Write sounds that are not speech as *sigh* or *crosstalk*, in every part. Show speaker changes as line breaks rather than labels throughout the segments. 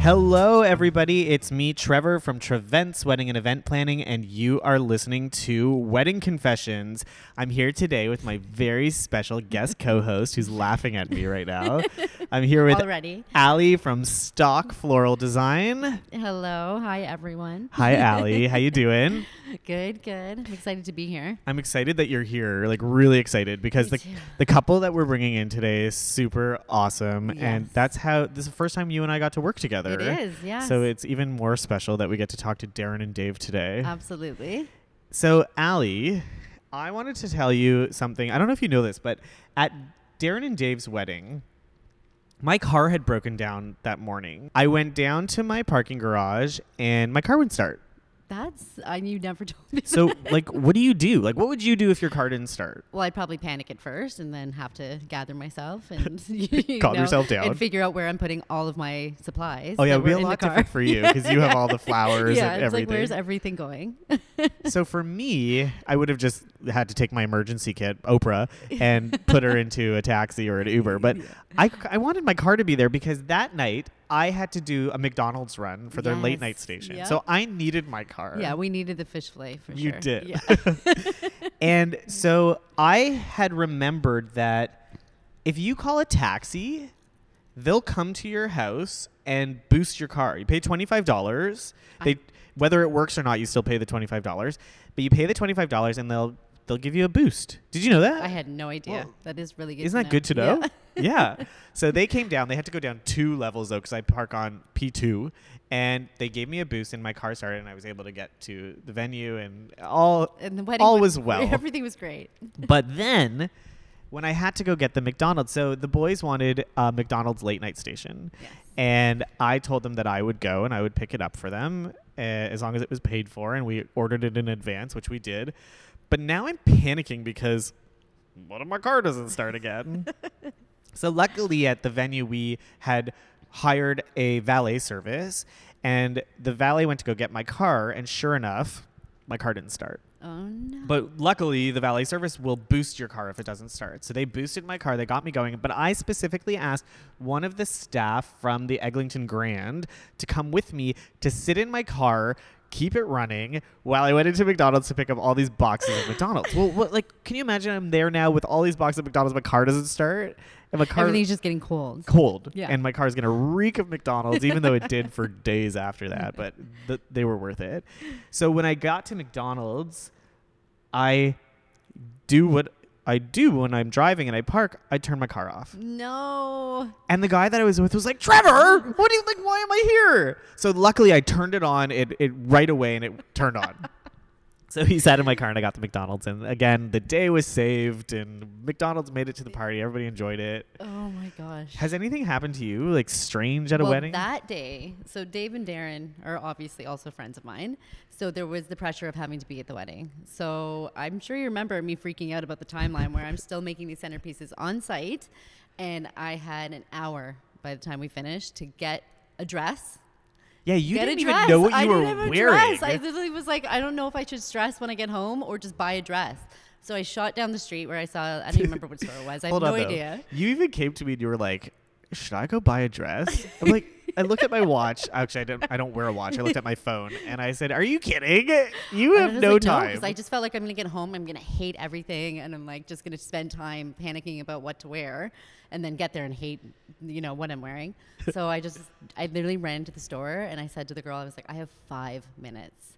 Hello, everybody. It's me, Trevor, from Trevents Wedding and Event Planning, and you are listening to Wedding Confessions. I'm here today with my very special
*laughs*
guest co host who's laughing at me right now. I'm here with
already.
Allie from Stock Floral Design.
Hello, hi everyone.
Hi, Allie. How you
*laughs*
doing?
Good, good. I'm excited to be here.
I'm excited that you're here, like really excited because
Me
the,
too.
the couple that we're bringing in today is super awesome, and
Yes.
that's how this is the first time you and I got to work together.
It is, yes.
So it's even more special that we get to talk to Darren and Dave today.
absolutely.
So, Allie, I wanted to tell you something. I don't know if you know this, but at Darren and Dave's wedding, my car had broken down that morning. I went down to my parking garage and my car wouldn't start.
That's I you never *laughs* told me.
So, like, what do you do? Like, what would you do if your car didn't start?
Well, I'd probably panic at first and then have to gather myself
*laughs*
and *laughs* you
Calm
know,
yourself down.
and figure out where I'm putting all of my supplies.
Oh, yeah,
that
it'd be
were
a
in the
lot
car.
different for you 'cause you have
*laughs*
all the flowers
yeah,
and
it's Like, where's
everything.
everything going?
so for me, I would have just had to take my emergency kit, Oprah, and put her into a taxi or an Uber. But I, I wanted my car to be there because that night I had to do a McDonald's run for their late
Yes.
night station.
Yep.
So I needed my car.
*laughs* yeah, we needed the fish fillet for
You
sure.
did. *laughs*
Yeah. *laughs*
and so I had remembered that if you call a taxi, they'll come to your house and boost your car. You pay $25. They whether it works or not, you still pay the $25, but you pay the $25 and they'll they'll give you a boost. Did you know that?
I had no idea. that is really good.
Isn't that good to know? *laughs*
*laughs*
Yeah. So they came down. They had to go down two levels though, because I park on P two, and they gave me a boost, and my car started, and I was able to get to the venue, and all
And the wedding
all
was
was well.
*laughs* Everything was great.
but then, when I had to go get the McDonald's, so the boys wanted a McDonald's late night station,
Yes.
and I told them that I would go and I would pick it up for them uh, as long as it was paid for, and we ordered it in advance, which we did. But now I'm panicking because what if my car doesn't start again? so luckily at the venue we had hired a valet service, and the valet went to go get my car, and sure enough, my car didn't start.
Oh no.
But luckily, the valet service will boost your car if it doesn't start. So they boosted my car. They got me going. But I specifically asked one of the staff from the Eglinton Grand to come with me to sit in my car, keep it running, while I went into McDonald's to pick up all these boxes of McDonald's. well, what, like, can you imagine I'm there now with all these boxes of McDonald's? My car doesn't start, and my car
Everything's just getting cold.
cold.
Yeah.
And my car's going to reek of McDonald's, even though it did for days after that, but th- they were worth it. So when I got to McDonald's, I do what I do when I'm driving and I park, I turn my car off.
No.
And the guy that I was with was like, Trevor, what do you like? Why am I here? So luckily I turned it on it, it right away and it turned on. So he sat in my car and I got the McDonald's. And again, the day was saved and McDonald's made it to the party. Everybody enjoyed it.
Oh my gosh.
Has anything happened to you, like strange at a
well,
wedding?
that day, so Dave and Darren are obviously also friends of mine. So there was the pressure of having to be at the wedding. So I'm sure you remember me freaking out about the timeline where I'm still making these centerpieces on site, and I had an hour by the time we finished to get a dress.
yeah, you
get
didn't
a dress.
even know what you
I
were
didn't have a
wearing.
Dress. I literally was like, I don't know if I should stress when I get home or just buy a dress. So I shot down the street where I saw. I don't even remember what store it was. I have
Hold
no
on, though.
idea.
You even came to me and you were like, "Should I go buy a dress?" I'm like, I looked
*laughs*
at my watch. Actually, I don't. I don't wear a watch. I looked at my phone and I said, "Are you kidding? You have
And I was
no
like,
time."
'cause I just felt like I'm gonna get home, I'm gonna hate everything, and I'm like just gonna spend time panicking about what to wear, and then get there and hate, you know, what
*laughs*
I'm wearing. So I just, I literally ran to the store and I said to the girl, I was like, I have five minutes.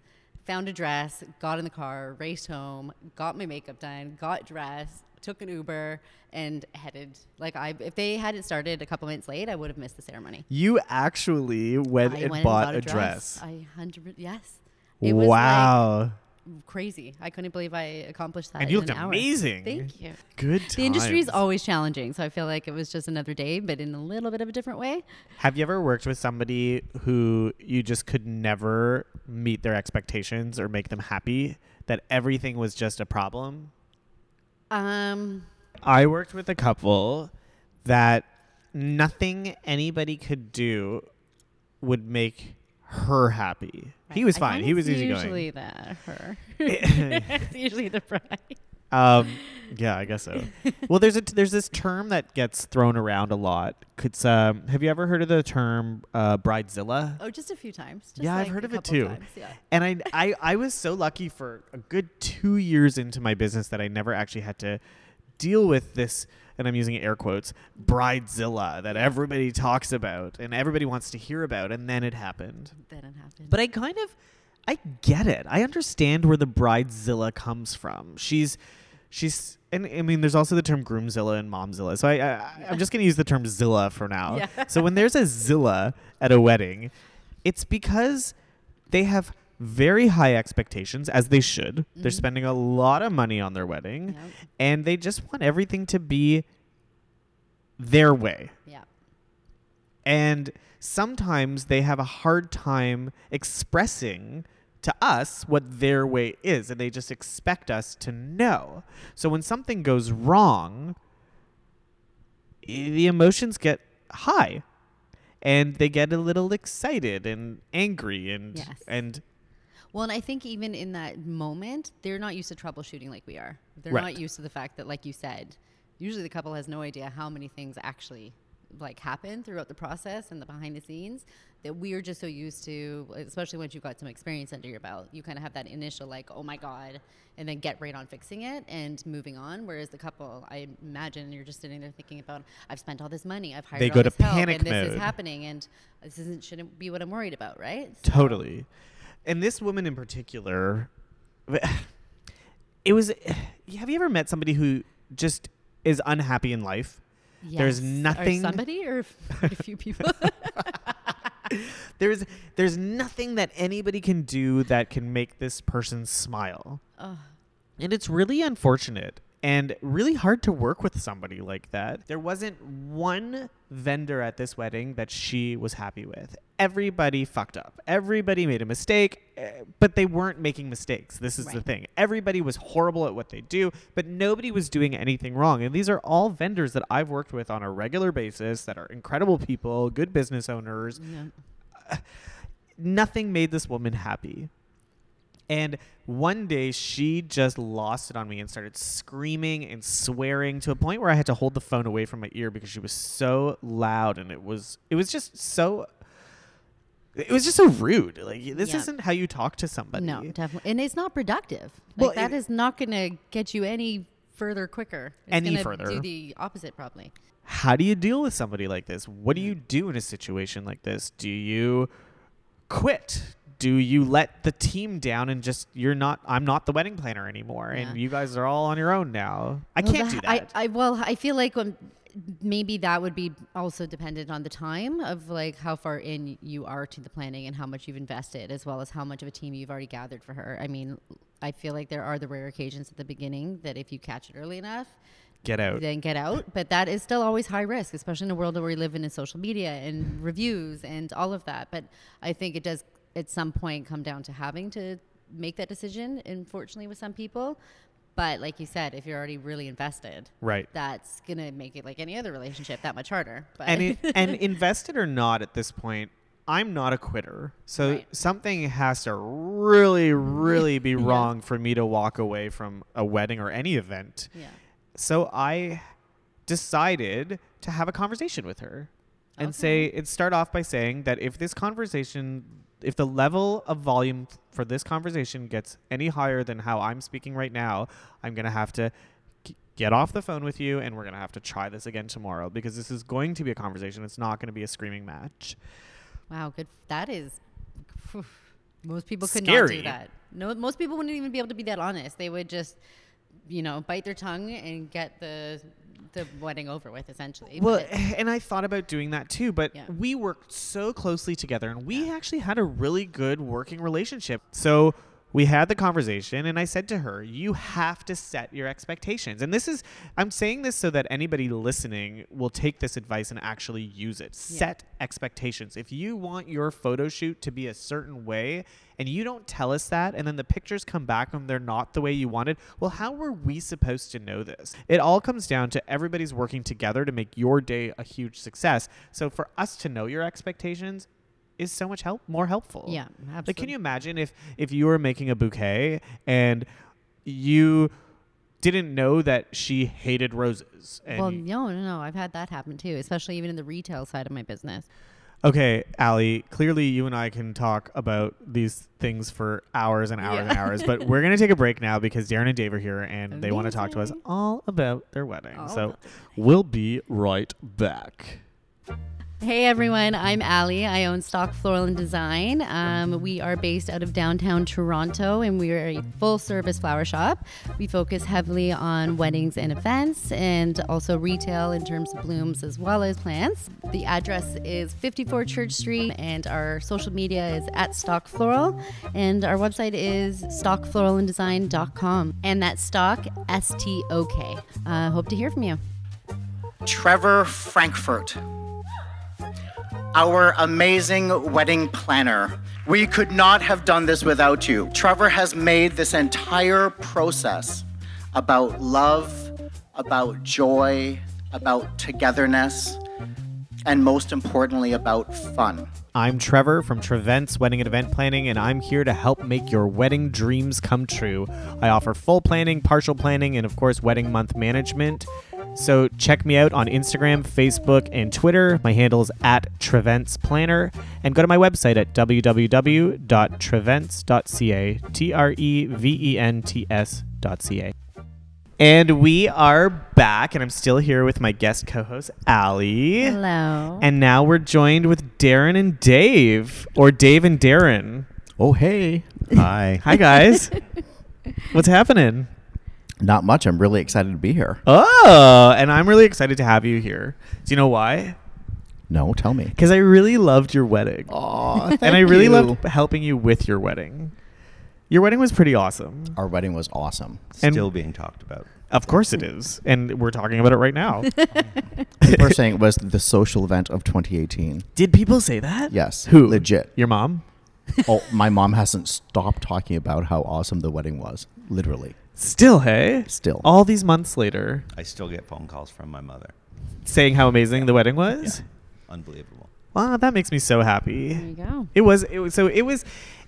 Found a dress, got in the car, raced home, got my makeup done, got dressed, took an Uber, and headed. Like I, if they hadn't started a couple minutes late, I would have missed the ceremony.
you actually went,
I
and,
went
bought
and
a dress.
I hundred yes. It was like-
wow!
crazy. I couldn't believe I accomplished that.
and you
in
looked
an hour.
amazing.
Thank you.
Good. Times.
The industry is always challenging, so I feel like it was just another day, but in a little bit of a different way.
Have you ever worked with somebody who you just could never meet their expectations or make them happy? That everything was just a problem?
Um,
I worked with a couple that nothing anybody could do would make her happy. He
right.
was
I
fine.
find
He
it's
was
usually
*laughs*
*laughs*
easygoing.
the her. it's usually the bride.
Um, yeah, I guess so. well, there's a t- there's this term that gets thrown around a lot. It's um, have you ever heard of the term uh, bridezilla?
Oh, just a few times. Just
Yeah, I've
like
heard
a
of it
couple
too.
times, yeah.
And I, I, I was so lucky for a good two years into my business that I never actually had to deal with this, and I'm using air quotes, bridezilla that everybody talks about and everybody wants to hear about. And then it happened.
Then it happened.
But I kind of, I get it. I understand where the bridezilla comes from. She's, she's, and I mean, there's also the term groomzilla and momzilla. So I, I I'm just gonna use the term zilla for now. *laughs*
Yeah.
So when there's a zilla at a wedding, it's because they have very high expectations, as they should. They're spending a lot of money on their wedding,
Yep.
and they just want everything to be their way.
yeah.
And sometimes they have a hard time expressing to us what their way is, and they just expect us to know. So when something goes wrong, i- the emotions get high and they get a little excited and angry and
Yes.
and
Well, and I think even in that moment, they're not used to troubleshooting like we are. They're
Right.
not used to the fact that, like you said, usually the couple has no idea how many things actually like happen throughout the process and the behind the scenes that we're just so used to especially once you've got some experience under your belt you kind of have that initial like oh my god and then get right on fixing it and moving on whereas the couple i imagine you're just sitting there thinking about i've spent all this money i've hired
They
all
go to
this help,
panic
and this
mode.
is happening and this isn't shouldn't be what i'm worried about right
Totally. And this woman in particular, *sighs* it was. *sighs* Have you ever met somebody who just is unhappy in life? There's
Yes.
nothing-
Or
*laughs*
somebody or a few people.
There's there's nothing that anybody can do that can make this person smile.
Ugh.
And it's really unfortunate and really hard to work with somebody like that. There wasn't one vendor at this wedding that she was happy with. Everybody fucked up. Everybody made a mistake, eh, but they weren't making mistakes. This is the
Right.
thing. Everybody was horrible at what they do, but nobody was doing anything wrong. And these are all vendors that I've worked with on a regular basis that are incredible people, good business owners.
Yeah.
Nothing made this woman happy. And one day she just lost it on me and started screaming and swearing to a point where I had to hold the phone away from my ear because she was so loud and it was it was just so it was just so rude. Like this
Yeah.
isn't how you talk to somebody.
No, definitely. And it's not productive.
Well,
like, that
it-
is not going to get you any further quicker. It's
Any
gonna
further.
Do the opposite, probably.
How do you deal with somebody like this? What do you
Mm.
do in a situation like this? Do you quit? Do you let the team down and just you're not I'm not the wedding planner anymore and
Yeah.
you guys are all on your own now. I
Well,
can't
the-
do that.
I, I well, I feel like um, maybe that would be also dependent on the time of like how far in you are to the planning and how much you've invested, as well as how much of a team you've already gathered for her. I mean, I feel like there are the rare occasions at the beginning that if you catch it early enough,
Get out.
then get out. But that is still always high risk, especially in a world where we live in in social media and reviews and all of that. But I think it does at some point come down to having to make that decision, unfortunately, with some people. But like you said, if you're already really invested,
Right.
that's gonna make it like any other relationship that much harder. But
and it,
*laughs*
and invested or not at this point i'm not a quitter so
Right.
something has to really really be wrong for me to walk away from a wedding or any event
yeah,
so i decided to have a conversation with her and say and start off by saying that if this conversation if the level of volume f- for this conversation gets any higher than how i'm speaking right now i'm going to have to g- get off the phone with you and we're going to have to try this again tomorrow because this is going to be a conversation it's not going to be a screaming match
wow, good. That is. Most people could not
Scary.
do that. No, most people wouldn't even be able to be that honest. They would just, you know, bite their tongue and get the the wedding over with, essentially.
Well, eh, *laughs*
But-
and I thought about doing that too, but
Yeah.
we worked so closely together and we actually had a really good working relationship. So we had the conversation and I said to her, "You have to set your expectations." And this is I'm saying this so that anybody listening will take this advice and actually use it.
Yeah.
Set expectations. If you want your photo shoot to be a certain way and you don't tell us that and then the pictures come back and they're not the way you wanted, well, how were we supposed to know this? It all comes down to everybody's working together to make your day a huge success. So for us to know your expectations is so much help more helpful.
Yeah, absolutely.
Like, can you imagine if if you were making a bouquet and you didn't know that she hated roses. And
well, no, no, no. I've had that happen too, especially even in the retail side of my business.
Okay, Allie, clearly you and I can talk about these things for hours and hours and
Yeah.
hours, but we're going to take a break now because Darren and Dave are here and they want to talk to us
Amazing.
all about their wedding.
All
so
about
we'll be right back.
Hey everyone, I'm Allie. I own Stock Floral and Design. Um, we are based out of downtown Toronto and we are a full service flower shop. We focus heavily on weddings and events and also retail in terms of blooms as well as plants. The address is 54 Church Street and our social media is at Stock Floral and our website is stockfloralanddesign.com and that's stock, S T O K. Uh, hope to hear from you.
Trevor Frankfurt, our amazing wedding planner. We could not have done this without you. Trevor has made this entire process about love, about joy, about togetherness, and most importantly, about fun.
I'm Trevor from Trevent's Wedding and Event Planning, and I'm here to help make your wedding dreams come true. I offer full planning, partial planning, and of course, wedding month management. So check me out on Instagram, Facebook, and Twitter. My handle is at Trevent's Planner, and go to my website at www.trevents.ca, T R E V E N T S.ca. And we are back, and I'm still here with my guest co-host, Allie.
Hello. *laughs*
And now we're joined with Darren and Dave, or Dave and Darren.
Oh hey. Hi.
*laughs* Hi, guys. What's happening?
Not much. I'm really excited to be here.
Oh, and I'm really excited to have you here. Do you know why?
No, tell me.
Because I really loved your wedding.
Aw,
*laughs* and I really
you.
loved helping you with your wedding. Your wedding was pretty awesome.
Our wedding was awesome.
And-
still being talked about.
Of course it is. And we're talking about it right now.
People are saying it was the social event of 2018.
*laughs* Did people say that?
Yes,
Who?
legit.
Your mom?
Oh, my mom hasn't stopped talking about how awesome the wedding was. Literally.
Still, hey?
Still.
All these months later,
I still get phone calls from my mother.
saying how amazing the wedding was.
Unbelievable.
Wow, that makes me so happy.
there you go.
It was it was so it was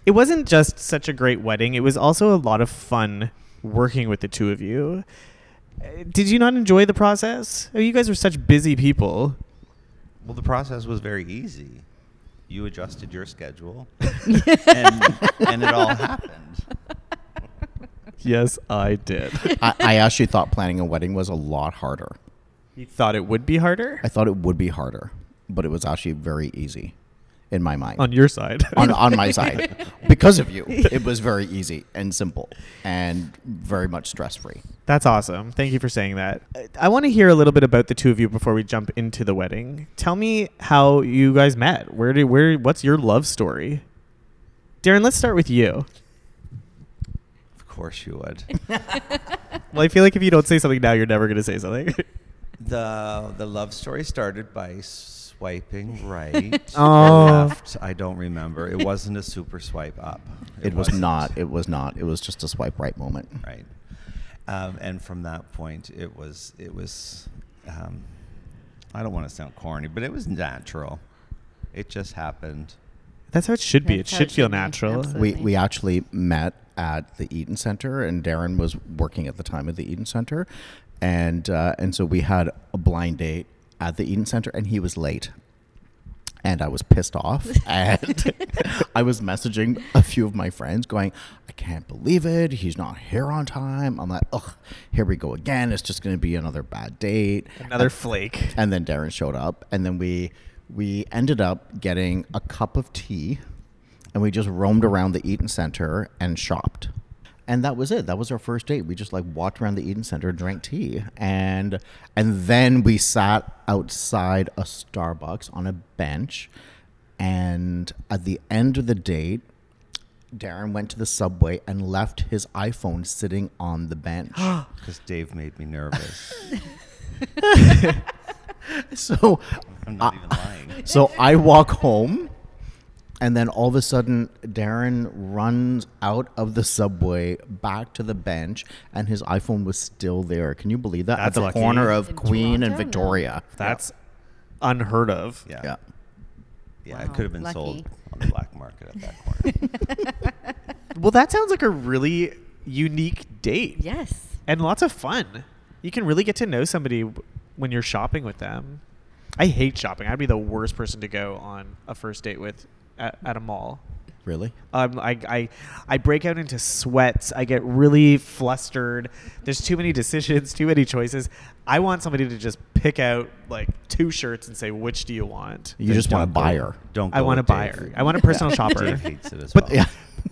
it wasn't just such a great wedding. It was also a lot of fun working with the two of you. Uh, Did you not enjoy the process? Oh, you guys were such busy
*laughs*
people. *laughs*
Well, the process was very easy. You adjusted your schedule,
*laughs*
and, and it all happened.
*laughs* Yes, I did.
I, I actually thought planning a wedding was a lot harder.
*laughs* you thought it would be harder
I thought it would be harder, but it was actually very easy in my mind.
on your side.
on, on
*laughs*
my side. Because of you, it was very easy and simple and very much stress free.
That's awesome. Thank you for saying that. Uh, I want to hear a little bit about the two of you before we jump into the wedding. Tell me how you guys met. Where do where what's your love story? Darren, let's start with you.
*laughs* Of course, you would.
Well, I feel like if you don't say something now, you're never going to say something. *laughs*
the The love story started by swiping right *laughs*
Oh.
or left. I don't remember. It wasn't a super swipe up.
It, was
wasn't.
not. It was not. It was just a swipe right moment.
right. Um, and from that point, it was it was. Um, I don't want to sound corny, but it was natural. It just happened.
That's how it should be. It
That's how
should
it
feel
should be.
natural.
Absolutely.
We we actually met at the Eaton Center, and Darren was working at the time at the Eaton Center, and uh, and so we had a blind date at the Eaton Center, and he was late. And I was pissed off, and *laughs* I was messaging a few of my friends, going, "I can't believe it! He's not here on time." I'm like, "Ugh, here we go again! It's just going to be another bad date."
Another
*laughs*
flake.
and then Darren showed up, and then we we ended up getting a cup of tea, and we just roamed around the Eaton Center and shopped, and that was it. That was our first date. We just like walked around the Eaton Center, drank tea, and and then we sat outside a Starbucks on a bench, and at the end of the date. Darren went to the subway and left his iPhone sitting on the bench.
Because Dave made me nervous.
*laughs* so
I'm not even
Ah.
lying.
So I walk home, and then all of a sudden, Darren runs out of the subway back to the bench, and his iPhone was still there. Can you believe that?
That's
At the
lucky.
corner of
In
Queen
Toronto?
and Victoria.
That's unheard of.
Yeah.
Yeah.
Yeah, I
Wow.
could have been
Lucky.
sold on the black market at that corner.
Well, that sounds like a really unique date. *laughs*
Yes.
and lots of fun. You can really get to know somebody w- when you're shopping with them. I hate shopping. I'd be the worst person to go on a first date with at, at a mall.
Really? *laughs*
Um, I, I, I break out into sweats. I get really flustered. There's too many decisions, too many choices. I want somebody to just pick out like two shirts and say, which do you want?
*laughs* You just want a
Don't go-
buyer.
Don't.
I
go
want a
with Dave.
buyer. I want a personal shopper.
*laughs* Dave hates it as
But
well.
yeah.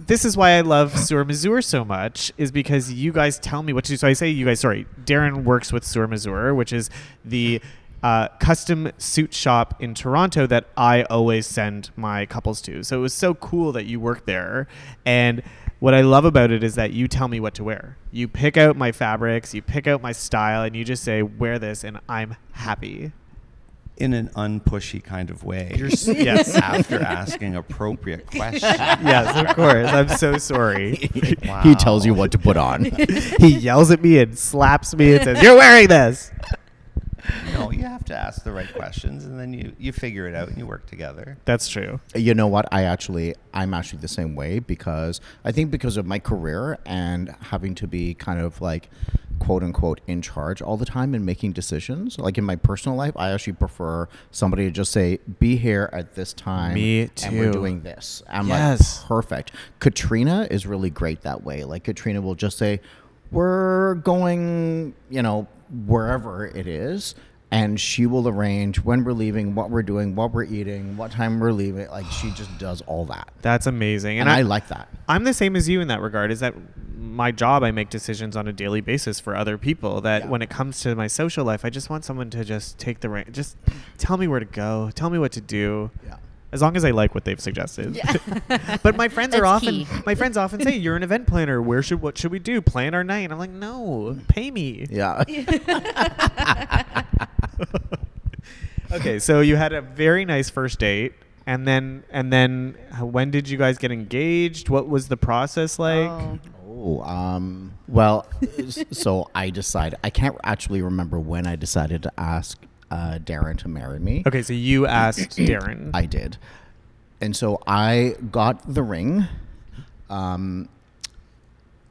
This is why I love Sewer Mazur so much, is because you guys tell me what to do. So I say you guys, sorry, Darren works with Sewer Mazur, which is the uh, custom suit shop in Toronto that I always send my couples to. So it was so cool that you work there. And what I love about it is that you tell me what to wear. You pick out my fabrics, you pick out my style, and you just say, wear this, and I'm happy.
in an unpushy kind of way.
You're s- yes.
*laughs* After asking appropriate questions.
Yes, of course. I'm so sorry.
He tells you what to put
*laughs*
on.
*laughs* he yells at me and slaps me and says, "You're wearing this."
No, you have to ask the right questions, and then you you figure it out, and you work together.
That's true.
you know what i actually i'm actually the same way because i think because of my career and having to be kind of like quote unquote in charge all the time and making decisions like in my personal life i actually prefer somebody to just say be here at this time
Me
and we're
too.
doing this i'm
Yes.
like perfect katrina is really great that way like katrina will just say we're going you know wherever it is and she will arrange when we're leaving, what we're doing, what we're eating, what time we're leaving. Like she just does all that,
That's amazing.
and, I, like that.
I'm the same as you in that regard. Is that my job? I make decisions on a daily basis for other people. That when it comes to my social life, I just want someone to just take the rein. Just tell me where to go. Tell me what to do.
Yeah.
As long as I like what they've suggested.
Yeah.
*laughs* but my friends are
That's
often
key.
my friends
*laughs*
often say, "You're an event planner. Where should what should we do? Plan our night." And I'm like, "No, pay me."
*laughs*
Yeah,
*laughs* okay, so you had a very nice first date, and then and then h- when did you guys get engaged? What was the
Um,
process like?
Oh.
Oh, um, well, s- so I decide I can't actually remember when I decided to ask uh, Darren to marry me.
Okay, so
*clears throat*
you asked Darren.
I did, and so I got the ring, um,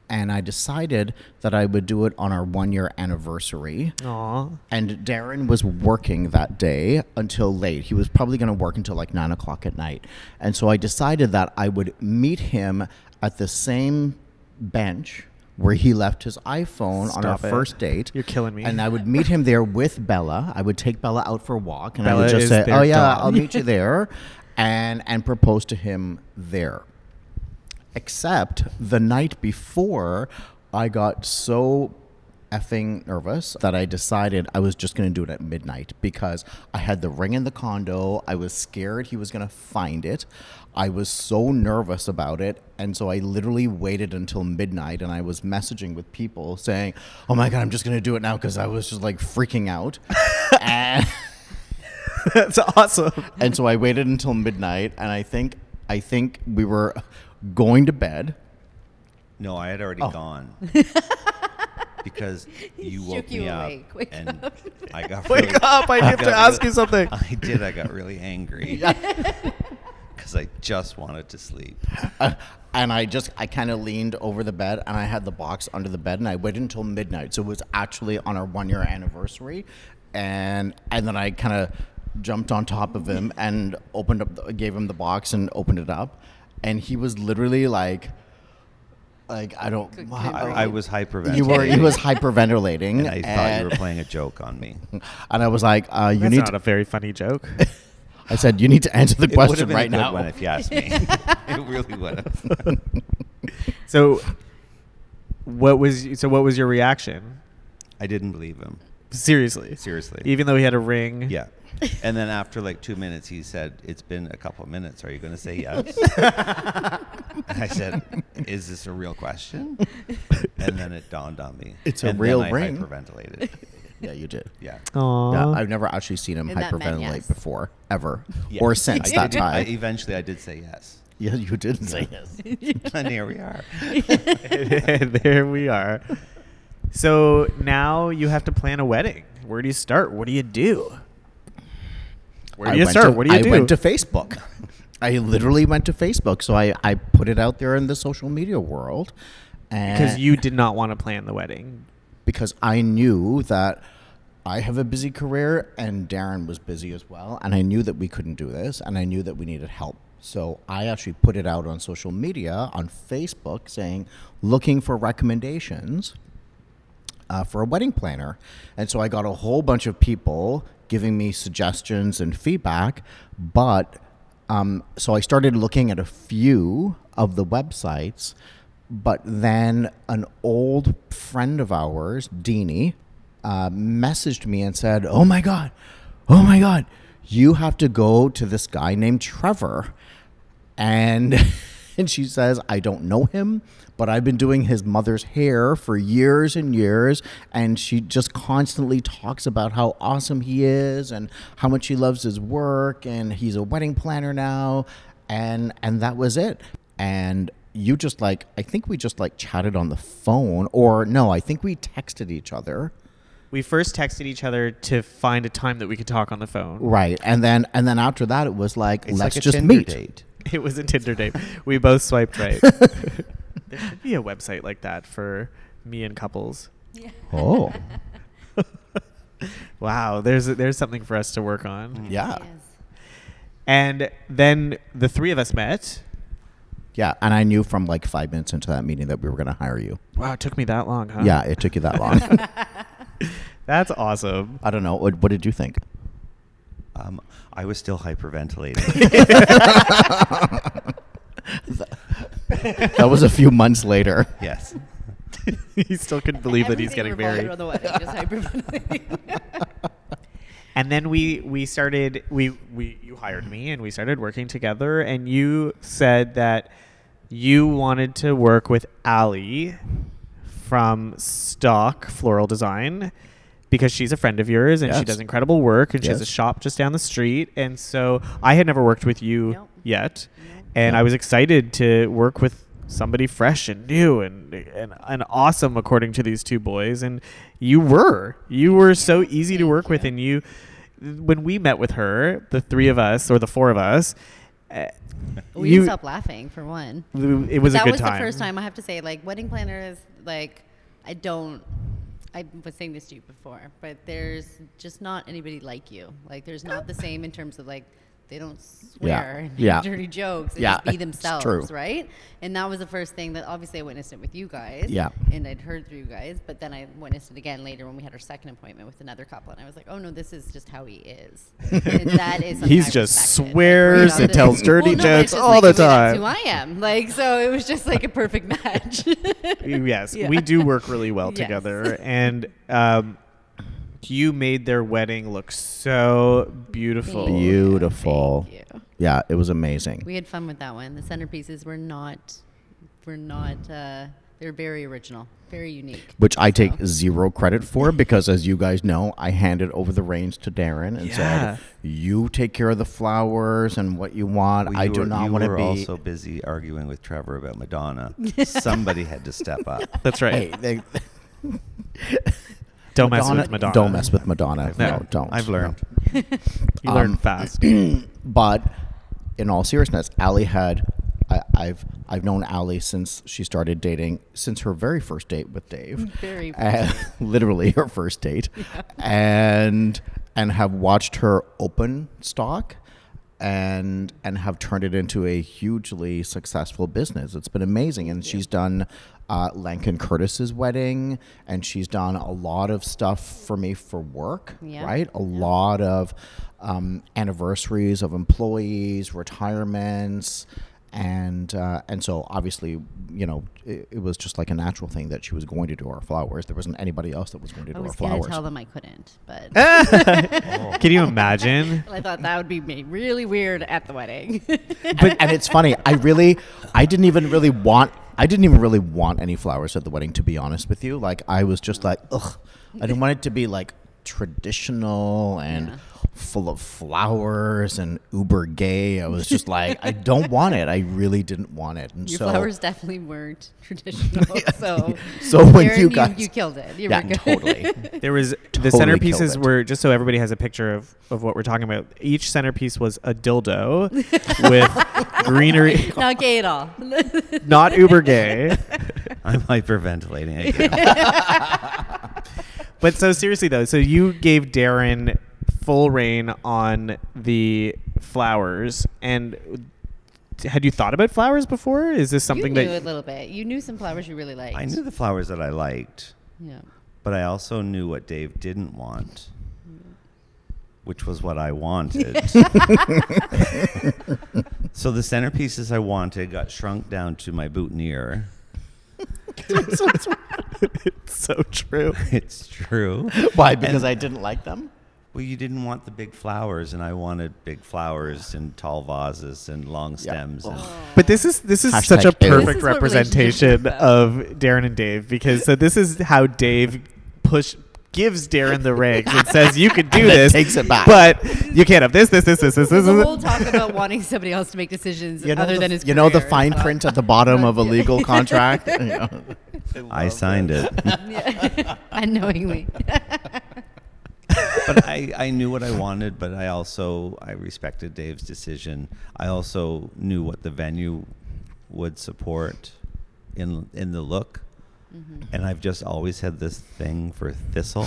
and I decided that I would do it on our one-year anniversary.
Aw.
And Darren was working that day until late. He was probably going to work until like nine o'clock at night. And so I decided that I would meet him at the same bench where he left his iPhone on our
Stop it.
first date.
You're killing me.
And I would meet him there with Bella. I would take Bella out for a walk and I
Bella
would just
is
say,
their
"Oh yeah,
dog."
I'll meet you there." And and propose to him there except the night before I got so effing nervous that I decided I was just going to do it at midnight because I had the ring in the condo. I was scared he was going to find it. I was so nervous about it. And so I literally waited until midnight and I was messaging with people saying, oh my God, I'm just going to do it now because I was just like freaking out. and.
*laughs* That's awesome.
and so I waited until midnight, and I think I think we were going to bed.
No, I had
Oh. *laughs*
already gone. because you
shook
woke
you
me
awake.
up,
Wake
and I got really,
*laughs* Wake up! I have
got
*laughs* to ask
really-
you something.
*laughs* I did. I got really
*laughs*
angry because I just wanted to sleep.
Uh, and I just I kind of leaned over the bed, and I had the box under the bed, and I waited until midnight. So it was actually on our one year anniversary, and and then I kind of jumped on top of him and opened up, the, gave him the box and opened it up, and he was literally like, like I don't.
I,
wow.
I was hyperventilating.
you were he was hyperventilating,
*laughs* and I thought you were playing a joke on
*laughs*
me.
playing. And I was like, uh, "You
That's
need
not
to
a very funny joke. *laughs*
*laughs* I said, "You need to answer the
It would have
question
been
right
a good
now."
one if you
*laughs*
asked me. *laughs* it really would have.
so, what was y- so? What was your reaction?
I didn't believe him.
Seriously.
Seriously.
Even though he had a ring. *laughs*
Yeah. And then after like two minutes, he said, It's been a couple minutes. Are you going to say
*laughs*
yes? and I said, Is this a real question? And then it dawned on me.
It's a
And
real
then
ring.
I
*laughs*
hyperventilated.
yeah, you did.
Yeah.
Yeah,
Aw.
I've never actually seen him
And that meant yes.
hyperventilate before, ever,
Yeah.
or since
I
that
did- I,
time.
eventually, I did say yes.
*laughs* yeah, you didn't say
*laughs*
yes.
and here we are.
*laughs* there we are. So now you have to plan a wedding. Where do you start? What do you do? Where do
I
you
went
start?
to-
what do you
I
do?
went to Facebook. I literally went to Facebook, so I I put it out there in the social media world, and
because you did not want to plan the wedding.
because I knew that I have a busy career and Darren was busy as well. And I knew that we couldn't do this and I knew that we needed help. So I actually put it out on social media, on Facebook, saying, looking for recommendations uh, for a wedding planner. And so I got a whole bunch of people giving me suggestions and feedback. But um, so I started looking at a few of the websites. But then an old friend of ours, Deanie, uh, messaged me and said, Oh my God, oh my God, you have to go to this guy named Trevor and *laughs* and she says i don't know him but i've been doing his mother's hair for years and years and she just constantly talks about how awesome he is and how much he loves his work and he's a wedding planner now and and that was it and you just like i think we just like chatted on the phone or no i think we texted each other
We first texted each other to find a time that we could talk on the phone.
right and then and then after that it was like
It's
let's
like a
just
Tinder
meet
date.
It was a Tinder date. We both swiped
*laughs*
right. there should be a website like that for me and couples. *laughs*
oh
Wow, there's there's something for us to work on.
yeah
And then the three of us met.
Yeah, and I knew from like five minutes into that meeting that we were going to hire you.
Wow, it took me that long, huh?
Yeah, it took you that long.
*laughs*
*laughs*
That's awesome.
I don't know. What, what did you think?
Um, I was still
*laughs*
hyperventilating.
That was a few months later.
yes.
*laughs* he still couldn't believe that he's getting married. And then we we started we we you hired me and we started working together and you said that you wanted to work with Ali from Stock Floral Design because she's a friend of yours and she
Yes.
does incredible work and she has a
Yes.
shop just down the street and so I had never worked with you
Nope.
yet and I was excited to work with somebody fresh and new and, and and awesome according to these two boys and you were you were so easy to work with and you when we met with her the three of us or the four of us uh,
*laughs*
*laughs*
We
you-
didn't stop laughing for one.
it was a
that
good
was
time
the first time I have to say, like, wedding planners, like, I don't. I was saying this to you before, but there's just not anybody like you. Like, there's not the same in terms of like they don't swear and make
Yeah.
dirty jokes and
Yeah.
just be
It's
themselves,
true.
right? And that was the first thing that obviously I witnessed it with you guys.
Yeah.
And I'd heard through you guys, but then I witnessed it again later when we had our second appointment with another couple, and I was like, oh no, this is just how
*laughs*
he is. And that is. something
He's
I
just
respected.
swears
Like, we're not
and
the-
tells dirty
but it's
jokes
just,
all the
I mean, that's
time.
who I am. Like, so it was just like a perfect match. *laughs*
yes
Yeah.
we do work really well
*laughs* Yes.
together and um you made their wedding look so beautiful
Thank you.
Beautiful.
Thank you.
Yeah, it was amazing.
We had fun with that one. The centerpieces were not, were not, uh, they're very original, very unique.
which I take zero credit for because, as you guys know, I handed over the reins to Darren and
Yeah.
said, "You take care of the flowers and what you want.
Well,
I
you
do
were-
not
you
want to
were
be."
also busy arguing with Trevor about
*laughs*
Madonna. Somebody had to step up.
that's right
Hey,
*laughs*
they-
don't mess with madonna
Don't mess with Madonna.
No,
No, don't.
I've learned. you
Um,
learn
*clears throat*
fast
But in all seriousness, Allie had I, I've I've known Allie since she started dating, since her very first date with Dave.
*laughs*
*laughs*
Very first
Uh, literally her
*laughs*
first date. And and have watched her open stock and and have turned it into a hugely successful business. It's been amazing. And she's done uh, Lankin Curtis's wedding, and she's done a lot of stuff for me for work,
Yeah.
right? A lot of um, anniversaries of employees, retirements, and uh, and so obviously, you know, it, it was just like a natural thing that she was going to do our flowers. There wasn't anybody else that was going
I
to do our
was going
flowers.
to tell them I couldn't,
*laughs*
but
can you imagine
I thought that would be made really weird at the wedding. *laughs*
but, and it's funny. I really, I didn't even really want. I didn't even really want any flowers at the wedding, to be honest with you. Like I was just like, ugh, I didn't want it to be like traditional and full of flowers and uber gay. I was just like, I don't want it. I really didn't want it. And
Your
so,
flowers definitely weren't *laughs*
*laughs*
traditional. So,
so when
Darren,
you guys,
you, killed it. You
yeah,
were good.
totally.
There was the
Totally killed
centerpieces
it.
were just so everybody has a picture of, of what we're talking about. Each centerpiece was a dildo *laughs* with greenery,
*laughs*
Oh
Not gay at all.
not uber gay.
I'm hyperventilating again.
But so seriously though, so you gave Darren full reign on the flowers, and had you thought about flowers before? Is this something
you knew
that
a little bit. You knew some flowers you really
*laughs*
liked.
I knew the flowers that I liked,
Yeah.
but I also knew what Dave didn't want, which was what I wanted.
*laughs*
so the centerpieces I wanted got shrunk down to my boutonniere.
*laughs* it's so true?
*laughs* It's true.
Why? Because I didn't like them.
Well, you didn't want the big flowers, and I wanted big flowers and tall vases and long stems. And
But this is this is such a
Hashtag
This
ew.
perfect
is what
representation
relationships are
of Darren and Dave because so this is how Dave push gives Darren the reins and says you could do
*laughs* And then
this,
takes it back.
but you can't have this, this, this, this, this, this.
The
this.
whole talk about wanting somebody else to make decisions
You know
other
the,
than his
you know the
career is
fine
about-
print at the bottom of a legal contract.
Oh, I signed it,
*laughs*
*laughs*
Yeah. *laughs* Unknowingly.
but I, I knew what I wanted. But I also I respected Dave's decision. I also knew what the venue would support in in the look,
Mm-hmm.
and I've just always had this thing for thistle,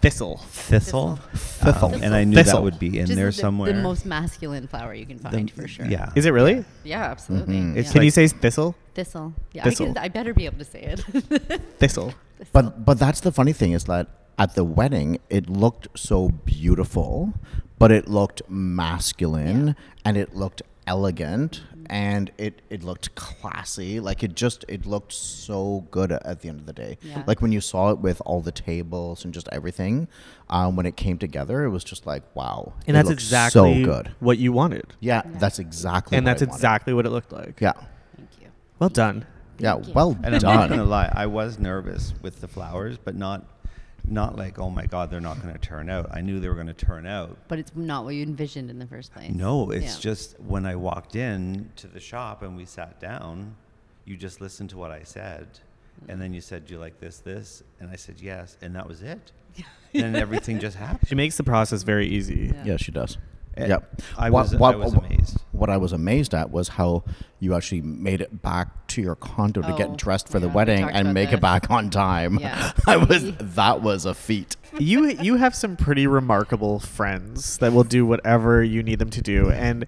Thistle.
thistle,
Thistle.
Um, and I knew
Thistle.
that would be in
Just the,
there somewhere.
The most masculine flower you can
The-
find for sure.
Yeah,
Is it really?
Yeah, absolutely.
Mhm.
It's
yeah.
Mm-hmm. Can you
like-
say thistle?
thistle. Yeah, I,
Thistle.
can, I better be able to say it. *laughs*
Thistle.
But but that's the funny thing is that at the wedding it looked so beautiful, but it looked masculine and it looked elegant and it it looked classy. Like it just it looked so good a- at the end of the day.
Yeah.
Like when you saw it with all the tables and just everything, um, when it came together, it was just like wow.
And
it
that's
looked
exactly
so good.
what you wanted.
Yeah, that's exactly.
And
what
that's
I wanted.
exactly what it looked like.
Yeah,
Thank you.
Well done.
yeah.
you.
Well
And I'm not gonna
done.
lie, I was nervous with the flowers, but not not like, oh my god, they're not gonna turn out. I knew they were gonna turn out.
But it's not what you envisioned in the first place. *laughs*
No, it's
Yeah.
just when I walked in to the shop and we sat down, you just listened to what I said.
Mm-hmm.
And then you said, Do you like this, this? And I said, Yes. And that was it. And
*laughs*
then everything
*laughs*
just happened.
She makes the process very easy.
Yeah. *laughs*
Yeah, she does.
Eh,
Yep.
I
What-
was- I
what-
was
what-
amazed.
What I was amazed at was how you actually made it back to your condo to
Oh,
get dressed for the
yeah, we
wedding
talked
and
about
make
this.
it back on time.
Yeah.
*laughs* I was that was a feat.
you you have some pretty remarkable friends that will do whatever you need them to do and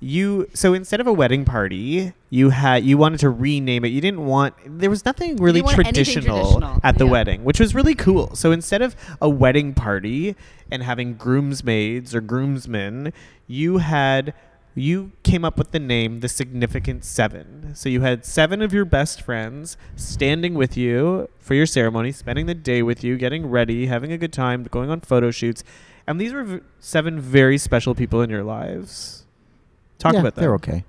you so instead of a wedding party you had you wanted to rename it you didn't want there was nothing really
didn't want anything
traditional,
traditional,
at the
yeah.
wedding which was really cool so instead of a wedding party and having groomsmaids or groomsmen you had you came up with the name the significant seven so you had seven of your best friends standing with you for your ceremony spending the day with you getting ready having a good time going on photo shoots and these were v- seven very special people in your lives talk
Yeah,
about that
They're
*laughs*
okay.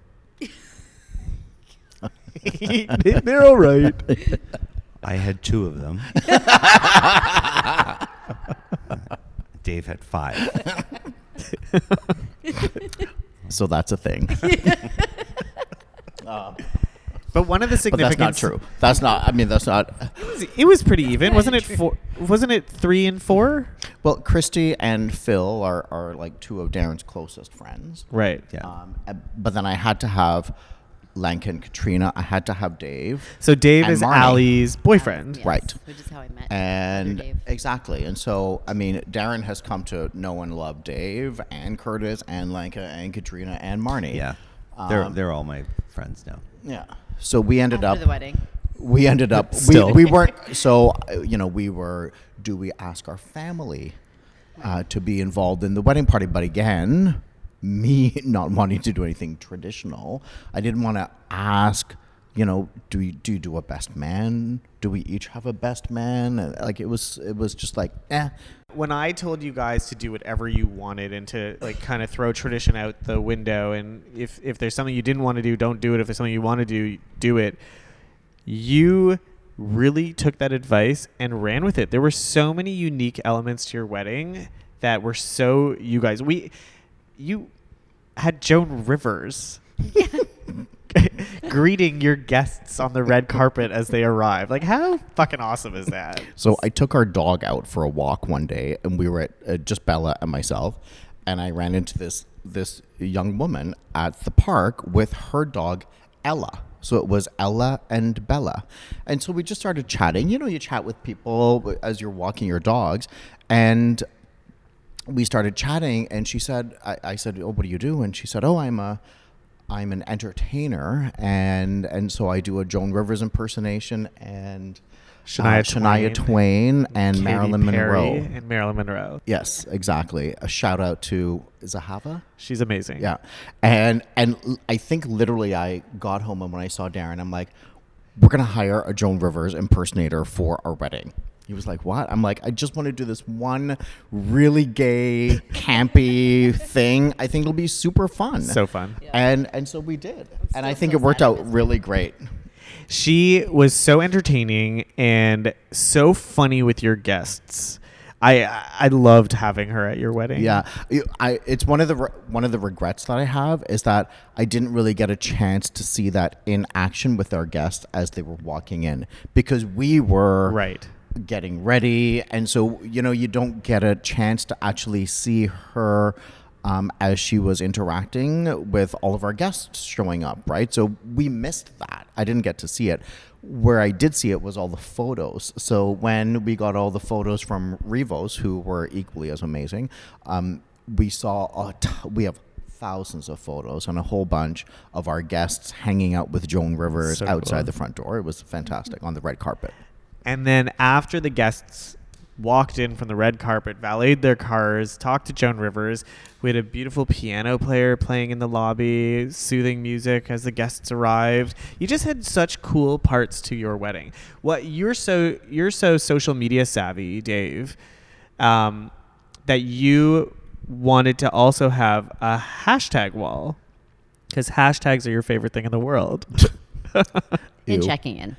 They- they're all right
I had two of them. Dave had
*laughs*
five.
*laughs* So that's
*laughs*
a thing.
but one of the
but that's
significant
not true. That's not I mean that's not
it was pretty even
Yeah,
wasn't it
true.
four wasn't it three and four
Well, Christy and Phil are, are like two of Darren's closest friends.
right
Yeah.
Um, uh, but then I had to have Lankin, Katrina. I had to have Dave.
so dave
And
is
Marnie.
ali's boyfriend
Yes,
Right.
Which is how I met.
and
Dave.
exactly and so i mean darren has come to know and love dave and curtis and lanka and katrina and marnie
Yeah. They're,
Um,
they're all my friends now.
yeah so we ended
After
up
the wedding.
we ended up
Still.
We, we weren't so uh, you know we were do we ask our family uh, to be involved in the wedding party but again me *laughs* not wanting to do anything traditional i didn't want to ask you know do we do you do a best man do we each have a best man Uh, like it was it was just like eh
when I told you guys to do whatever you wanted and to like kind of throw tradition out the window and if if there's something you didn't want to do, don't do it. If there's something you want to do, do it. You really took that advice and ran with it. There were so many unique elements to your wedding that were so you guys. We you had Joan Rivers *laughs* greeting your guests on the red carpet as they arrived. Like how fucking awesome is that?
So I took our dog out for a walk one day, and we were at uh, just Bella and myself, and I ran into this this young woman at the park with her dog Ella. So it was Ella and Bella. And so we just started chatting. You know, you chat with people as you're walking your dogs. And we started chatting and she said I, I said oh what do you do and she said oh i'm a i'm an entertainer and and so i do a joan rivers impersonation and uh,
Shania
Shania Twain and
Katy
Marilyn
Perry
Monroe.
and Marilyn Monroe.
yes, exactly. A shout out to Zahava.
She's amazing.
Yeah, and and l- I think literally I got home and when I saw Darren, I'm like, we're gonna hire a Joan Rivers impersonator for our wedding. He was like, what? I'm like, I just want to do this one really gay, campy thing. I think it'll be super fun.
So fun.
And and so we did, and I
still
think
so
it worked
sad
out
at this
really great.
She was so entertaining and so funny with your guests. I I loved having her at your wedding.
Yeah, You- I it's one of the re- one of the regrets that I have is that I didn't really get a chance to see that in action with our guests as they were walking in because we were
Right.
getting ready, and so you know you don't get a chance to actually see her. Um, as she was interacting with all of our guests showing up, right? So we missed that. I didn't get to see it. Where I did see it was all the photos. So when we got all the photos from Revos, who were equally as amazing, um, we saw a t- we have thousands of photos and a whole bunch of our guests hanging out with Joan Rivers
So
outside
cool.
the front door. It was fantastic on the red carpet.
And then after the guests walked in from the red carpet, valeted their cars, talked to Joan Rivers, we had a beautiful piano player playing in the lobby, soothing music as the guests arrived. You just had such cool parts to your wedding. What you're so you're so social media savvy, Dave, um, that you wanted to also have a hashtag wall because hashtags are your favorite thing in the world.
in
Ew.
checking in.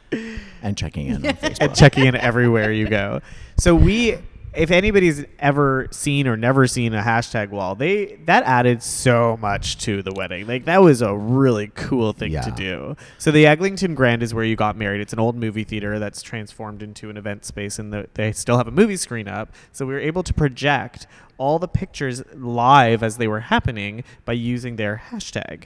and checking
*laughs*
in on Facebook.
and checking in everywhere you go. So we, if anybody's ever seen or never seen a hashtag wall, they that added so much to the wedding. Like that was a really cool thing to
Yeah.
do. So the Eglinton Grand is where you got married. It's an old movie theater that's transformed into an event space, and the, they still have a movie screen up. So we were able to project all the pictures live as they were happening by using their hashtag.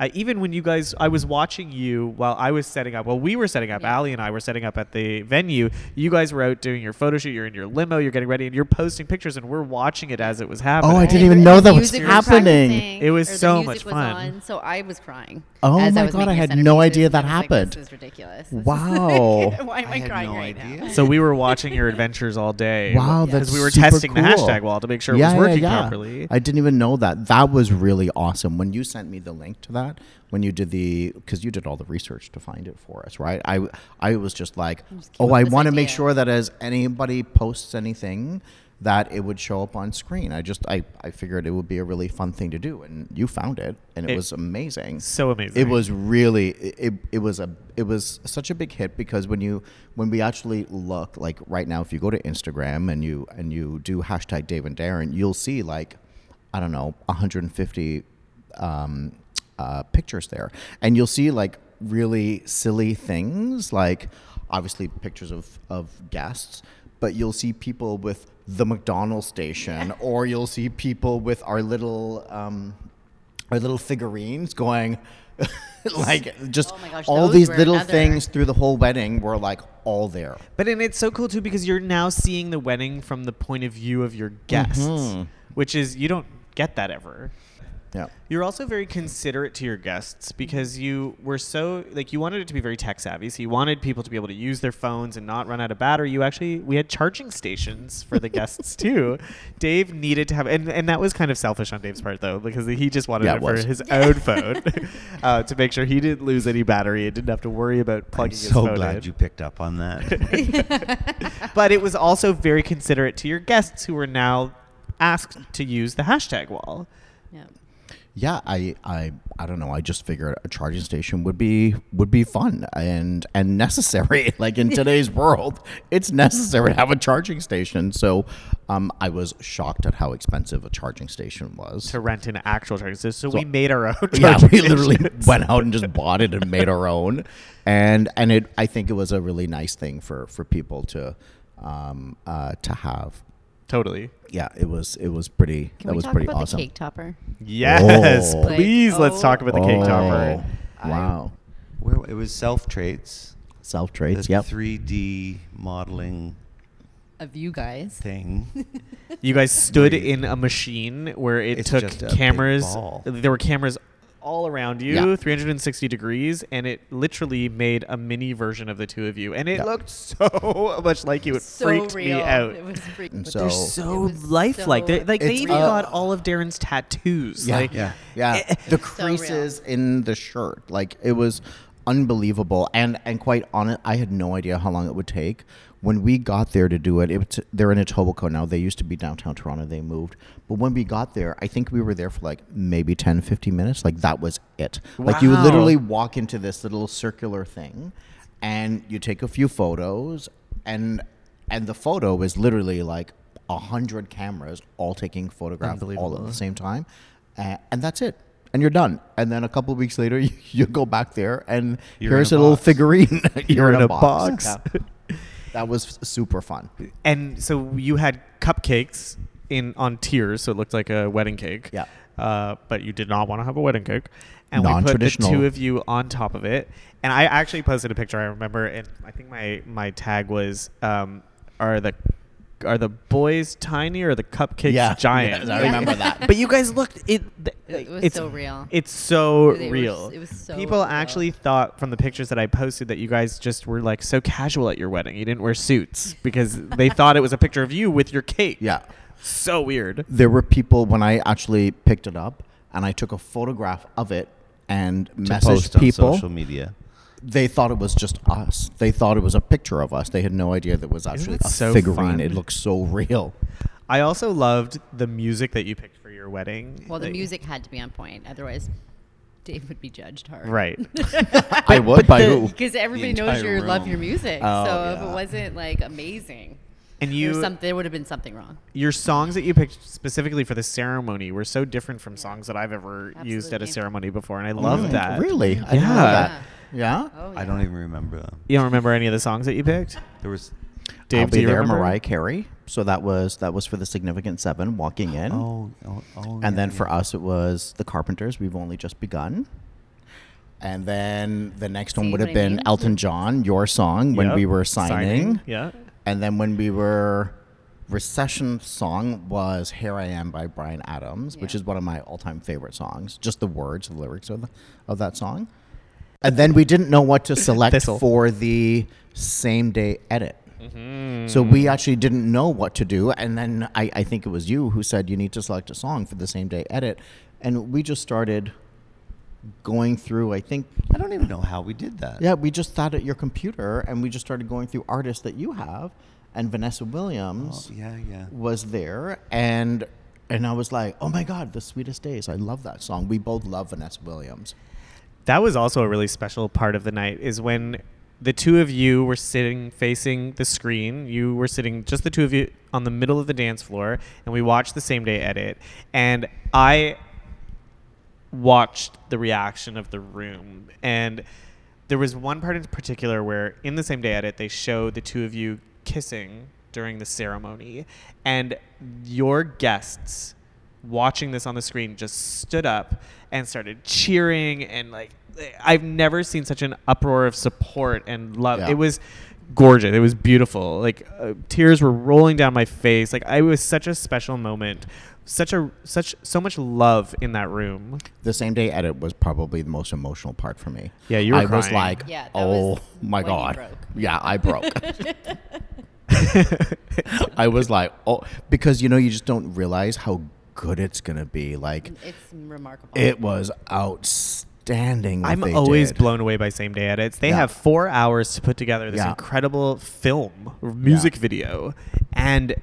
Uh, even when you guys, I was watching you while I was setting up. While we were setting up,
Yeah.
Ali and I were setting up at the venue. You guys were out doing your photo shoot. You're in your limo. You're getting ready, and you're posting pictures, and we're watching it as it was happening.
Oh, I didn't
And
even
the
know that was
music
happening.
practicing,
It was
or the
so
music
much
was
fun.
on, so I was crying.
Oh
as
my
was
God, I
making
had
centerpieces,
no idea that
and I was like,
happened.
this is ridiculous. *laughs* This is-
Wow.
Why am I,
had
crying
no
right
idea.
now?
*laughs*
So we were watching your adventures all day.
Wow, that's
we were
super
testing the
cool.
hashtag wall to make sure it was working properly.
I didn't even know that. That was really awesome. When you sent me the link to that, when you did the, because you did all the research to find it for us, right? I, I was just like,
just came up
oh, I
with this
want to make
idea."
sure that as anybody posts anything, that it would show up on screen. I just, I, I figured it would be a really fun thing to do, and you found it, and it
It-
was amazing.
so amazing.
It was really it, it- it was a it was such a big hit because when you when we actually look like right now if you go to Instagram and you and you do hashtag Dave and Darren you'll see like I don't know 150 um, uh, pictures there and you'll see like really silly things like obviously pictures of of guests but you'll see people with the McDonald's station or you'll see people with our little um, our little figurines going *laughs* like just
Oh my gosh,
all
those
these
were
little
another-
things through the whole wedding were like all there
But and it's so cool too because you're now seeing the wedding from the point of view of your guests,
Mhm.
which is you don't get that ever.
yeah
You're also very considerate to your guests because you were so like you wanted it to be very tech savvy. So you wanted people to be able to use their phones and not run out of battery. You actually we had charging stations for the guests too. Dave needed to have and, and that was kind of selfish on Dave's part though because he just wanted
Yeah,
it
it
for
was.
his own phone *laughs* uh, to make sure he didn't lose any battery and didn't have to worry about plugging
I'm
his phone
so glad
in.
you picked up on
*laughs*
that.
*laughs*
*laughs* but it was also very considerate to your guests who were now asked to use the hashtag wall.
Yeah.
yeah i i i don't know i just figured a charging station would be would be fun and and necessary *laughs* like in
*laughs*
today's world it's necessary to have a charging station so um i was shocked at how expensive a charging station was
To rent an actual charging station, so, we made our own.
*laughs* yeah,
charging
we literally *laughs*
stations.
went out and just bought it and made our own, and and it I think it was a really nice thing for for people to um uh to have.
Totally.
Yeah, it was it was pretty.
Can
that
we
was
talk
pretty
about
awesome.
the cake topper?
Yes,
Oh.
Like,
please. let's talk about the cake
Oh,
topper.
Wow.
Where it was self traits.
Self traits. Yep.
Three D modeling
of you guys. *laughs*
*laughs*
thing.
You guys stood
Breathe.
in a machine where it
It's
took
just a big
cameras.
ball.
There were cameras all around you,
Yeah.
360 degrees, and it literally made a mini version of the two of you. And it
Yeah.
looked so *laughs* much like you. It
so
freaked
real.
me out.
It was freak-
And
but
so-
They're
there's-
so
It was
lifelike.
so-
they like they
It's
even
real.
got all of Darren's tattoos.
Yeah,
like,
Yeah.
yeah.
Eh, *laughs*
the
so real.
creases in the shirt, like it was unbelievable. And and quite honest, I had no idea how long it would take. When we got there to do it, it was- they're in Etobicoke now. They used to be downtown Toronto. They moved, but when we got there, I think we were there for like maybe 10, 15 minutes. Like that was it. Like you
Wow.
literally walk into this little circular thing, and you take a few photos, and and the photo is literally like a hundred cameras all taking photographs all at
Unbelievable.
the same time, uh, and that's it. And you're done. And then a couple weeks later, *laughs* you, you go back there, and
You're
here's a,
in a
little
box. *laughs*
figurine. *laughs* you're,
in a box.
Yeah. that was super
*laughs*
fun.
and so you had cupcakes in on tiers, so it looked like a wedding cake.
Yeah.
Uh, but you did not want to have a wedding cake, and we put the
Non-traditional.
two of you on top of it. And I actually posted a picture. I remember, and I think my my tag was, um, "Are the are the boys tiny or the cupcakes
Yeah.
giant?"
*laughs*
Yes, I remember that.
But you guys looked it. th-
It was
it's,
so real.
It's so
They were
real.
s- it was so
People
real.
actually thought from the pictures that I posted that you guys just were like so casual at your wedding. You didn't wear
*laughs*
suits because they thought it was a picture of you with your cake.
Yeah.
So weird.
There were people when I actually picked it up, and I took a photograph of it and
to
messaged
post on
people.
social media.
they thought it was just us. They thought it was a picture of us. They had no idea that it was actually
that
a
so
figurine.
fun?
It looked so real.
I also loved the music that you picked for your wedding.
Well, the
Like-
music had to be on point, otherwise Dave would be judged hard. *laughs*
Right.
*laughs* I would by who?
Because everybody knows you
entire
love your
room.
music.
Oh,
so if
yeah.
it wasn't like amazing,
And
there, was
you
some, there would have been something wrong.
your songs that you picked specifically for the ceremony were so different from songs that I've ever used at a
Absolutely.
ceremony before and I love that.
Oh, Mm. Really? I didn't know
Yeah.
that. Yeah.
Oh, yeah.
I don't even remember them.
You don't remember any of the songs that you picked?
There was
Dave,
I'll be
do you
there.
remember?
Mariah Carey. So that was that was for the significant seven walking in,
oh, oh, oh
Hmm? and
yeah,
then for
yeah.
us it was the Carpenters. We've only just begun. And then the next one
See
would
what
have
I
been
mean?
Elton John, your song when
Yep.
we were signing.
Yeah.
And then when we were recession song was Here I Am by Brian Adams, which
Yeah.
is one of my all-time favorite songs, just the words, the lyrics of, the, of that song. And then we didn't know what to select
Thistle.
for the same day edit. So we actually didn't know what to do. And then I, I think it was you who said you need to select a song for the same day edit. And we just started going through, I think,
I don't even know how we did that.
yeah, we just thought at your computer and we just started going through artists that you have and Vanessa Williams
Oh, yeah, yeah.
was there and and I was like, "Oh my god, The Sweetest Days. I love that song. We both love Vanessa Williams."
That was also a really special part of the night is when the two of you were sitting facing the screen. You were sitting just the two of you on the middle of the dance floor and we watched the same day edit and I watched the reaction of the room and there was one part in particular where in the same day edit they show the two of you kissing during the ceremony and your guests watching this on the screen just stood up and started cheering and like I've never seen such an uproar of support and love.
Yeah.
It was gorgeous. It was beautiful. Like uh, tears were rolling down my face. Like I it was such a special moment. Such a such so much love in that room.
The same day edit was probably the most emotional part for me.
Yeah, you were
I was
crying.
like,
Yeah, that
"Oh
was
my
when you
god."
broke.
Yeah, I broke. *laughs*
*laughs*
I was like, "Oh, because you know you just don't realize how good it's going to be." Like
*laughs* It's remarkable.
it was outstanding. what
I'm
they
always
did.
blown away by same day edits. They
Yeah.
have four hours to put together this
Yeah.
incredible film, or music video, and